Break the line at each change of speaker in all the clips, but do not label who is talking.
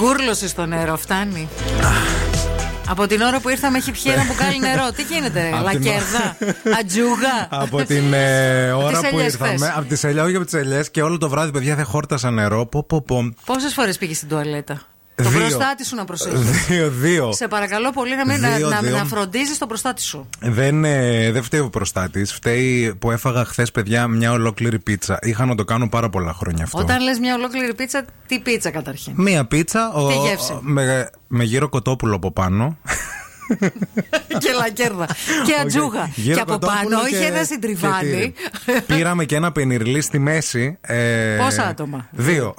Γκούρλωσες στο νερό, φτάνει. Από την ώρα που ήρθαμε έχει πιει ένα μπουκάλι νερό. Τι γίνεται, ρε,
Απ' την
Ε, Λακέρδα,
ώρα-
Ατζούγα.
από την ε, ώρα
Τις
που
ελιές θες.
ήρθαμε. Από τις ελιέ, όχι από τις ελιές. Και όλο το βράδυ, παιδιά, δεν χόρτασα νερό. Πω, πω, πω.
Πόσες φορές πήγες στην τουαλέτα. Το
Δύο.
προστάτη σου να προσέχεις.
Δύο, δύο.
Σε παρακαλώ πολύ να, μην,
Δύο,
να,
δύο.
να, φροντίζει το προστάτη σου.
Δεν, ε, δεν φταίει ο προστάτης. Φταίει που έφαγα χθες, παιδιά, μια ολόκληρη πίτσα. Είχα να το κάνω πάρα πολλά χρόνια αυτό.
Όταν λες μια ολόκληρη πίτσα, τι πίτσα καταρχήν.
Μία πίτσα ο,
Τι γεύση.
με, με γύρο κοτόπουλο από πάνω.
και λακέρδα. και ατζούγα.
Γύρο
και από
κοτόπουλο
πάνω
και-
είχε ένα συντριβάνι.
και τύρι. Πήραμε και ένα πενιρλί στη μέση. ε,
Πόσα άτομα?
Δύο.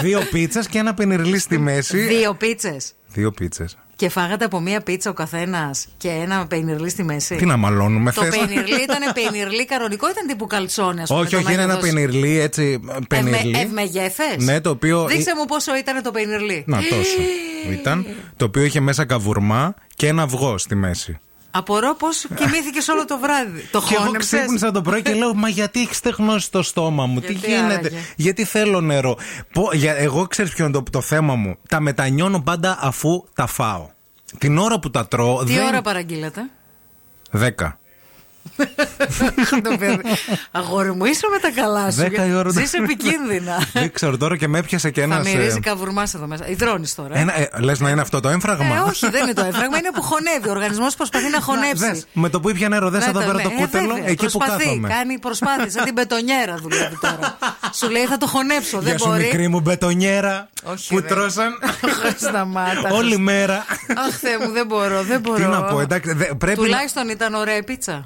δύο πίτσες και ένα πενιρλί στη μέση.
Δύο πίτσες.
Δύο πίτσες
Και φάγατε από μία πίτσα ο καθένας και ένα πενιρλί στη μέση.
Τι να μαλώνουμε,
το
θες?
πενιρλί ήταν πενιρλί κανονικό, ήταν τύπου καλτσόνι, α πούμε.
Όχι,
το Ε,
όχι, είναι ένα
μέγεθος.
πενιρλί έτσι. Πενιρλί.
Ευμε, ευμεγέθες.
Ναι, το οποίο.
Δείξε μου πόσο ήταν το πενιρλί. Ε,
Να τόσο. Ήταν. Το οποίο είχε μέσα καβουρμά και ένα αυγό στη μέση.
Απορώ πώς κοιμήθηκε όλο το βράδυ. Το
Και εγώ
χώνεψες.
ξύπνησα το πρωί και λέω: Μα γιατί έχει στεγνώσει το στόμα μου, τι
Γιατί
γίνεται,
άραγε?
Γιατί θέλω νερό. Πω, για, εγώ ξέρω ποιο είναι το, το θέμα μου. Τα μετανιώνω πάντα αφού τα φάω. Την ώρα που τα τρώω.
Τι
δεν...
ώρα παραγγείλατε.
Δέκα.
Το παιδί. Αγόρι μου, είσαι με τα καλά σου.
Δέκα η ώρα.
Ζεις επικίνδυνα.
δεν ξέρω τώρα και με έπιασε και
Θα
ένας,
μυρίζει
ε,
καβουρμάς εδώ μέσα. Ιδρώνει τώρα.
ένα. Ε, Λες να είναι αυτό το έμφραγμα.
Ε, όχι, δεν είναι το έφραγμα, είναι που χωνεύει. Ο οργανισμός προσπαθεί να
Δες,
χωνέψει.
με το που ήπια νερό, δεν
Ναι,
εδώ πέρα
ναι,
το
ε,
κούτελο,
βέβαια,
εκεί που
προσπαθεί,
κάθομαι.
Κάνει προσπάθεια, σαν την πετονιέρα δουλεύει τώρα. σου λέει θα το χωνέψω, δεν
Γεια σου,
μπορεί.
μικρή μου μπετονιέρα
Όχι,
που
ρε.
τρώσαν
Σταμάτας.
όλη μέρα.
Αχ, Θεέ μου, δεν μπορώ, δεν μπορώ.
Τι να πω, εντάξει, δε- πρέπει να.
Τουλάχιστον ήταν ωραία η πίτσα.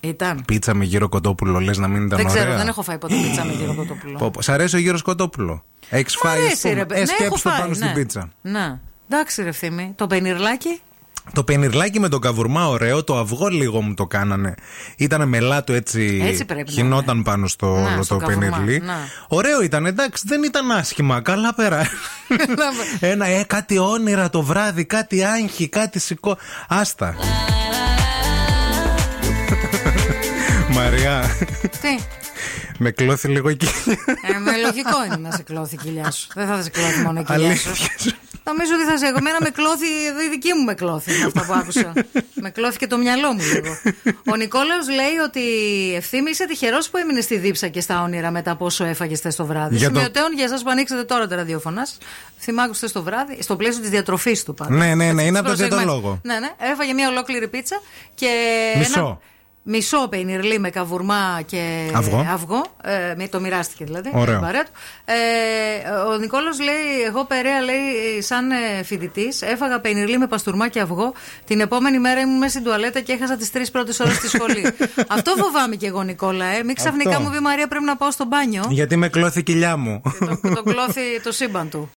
Ήταν.
Πίτσα με γύρο κοτόπουλο, λες να μην ήταν
Δεν
ωραία.
ξέρω, δεν έχω φάει ποτέ πίτσα με γύρο κοτόπουλο.
Πω, πω. Σ' αρέσει ο γύρος κοτόπουλο. Έχεις
Μ'
φάει. ας
αρέσει,
πούμε.
ρε, παι-
Ε,
ναι,
σκέψου
έχω
το
φάει,
πάνω στην
ναι.
πίτσα.
Να. Εντάξει, ρε Φίμη. Το πενιρλάκι.
Το πενιρλάκι με τον καβουρμά, ωραίο. Το αυγό λίγο μου το κάνανε. Ήτανε μελάτο έτσι.
Έτσι πρέπει να
χινόταν πάνω στο
Να,
όλο
στον
το
καβουρμά,
πενιρλί.
να.
Ωραίο ήταν, εντάξει, δεν ήταν άσχημα. Καλά πέρα. Ένα, ε, κάτι όνειρα το βράδυ, κάτι άγχη, κάτι σηκώ. Άστα. Μαριά,
Τι.
με κλώθη λίγο εκεί.
Ε, με λογικό είναι να σε κλώθει η κοιλιά σου. Δεν θα σε κλώθει μόνο η κοιλιά σου.
Αλήθεια σου.
Νομίζω ότι θα σε. Εμένα με κλώθη, η δική μου με κλώθη με αυτά που άκουσα. με κλώθη και το μυαλό μου λίγο. Ο Νικόλαος λέει ότι ευθύμη είσαι τυχερός που έμεινες στη δίψα και στα όνειρα μετά από όσο έφαγες χθε το βράδυ.
Για το-
Σημειωτέων για εσάς που ανοίξετε τώρα τα ραδιόφωνα. Θυμάκου χθε το βράδυ, στο πλαίσιο της διατροφής του πάντα.
Ναι, ναι, ναι,
Έτσι, της
είναι από τον
προσεγμένης.
διαιτολόγο.
Ναι, ναι, έφαγε μια ολόκληρη πίτσα και.
Μισό.
ένα- Μισό πενιρλί με καβουρμά και
Αυγό.
ε, μη- το μοιράστηκε δηλαδή.
Ωραίο.
με την παρέα του. Ε, ο Νικόλος λέει: Εγώ περαία λέει, σαν φοιτητής, έφαγα πενιρλί με παστούρμα και αυγό. Την επόμενη μέρα ήμουν μέσα στην τουαλέτα και έχασα τις τρεις πρώτες ώρες στη σχολή. Αυτό φοβάμαι και εγώ, Νικόλα. Ε. Μην ξαφνικά
Αυτό.
μου πει Μαρία πρέπει να πάω στο μπάνιο.
Γιατί με κλώθη η κοιλιά μου.
το, το κλώθει το σύμπαν του.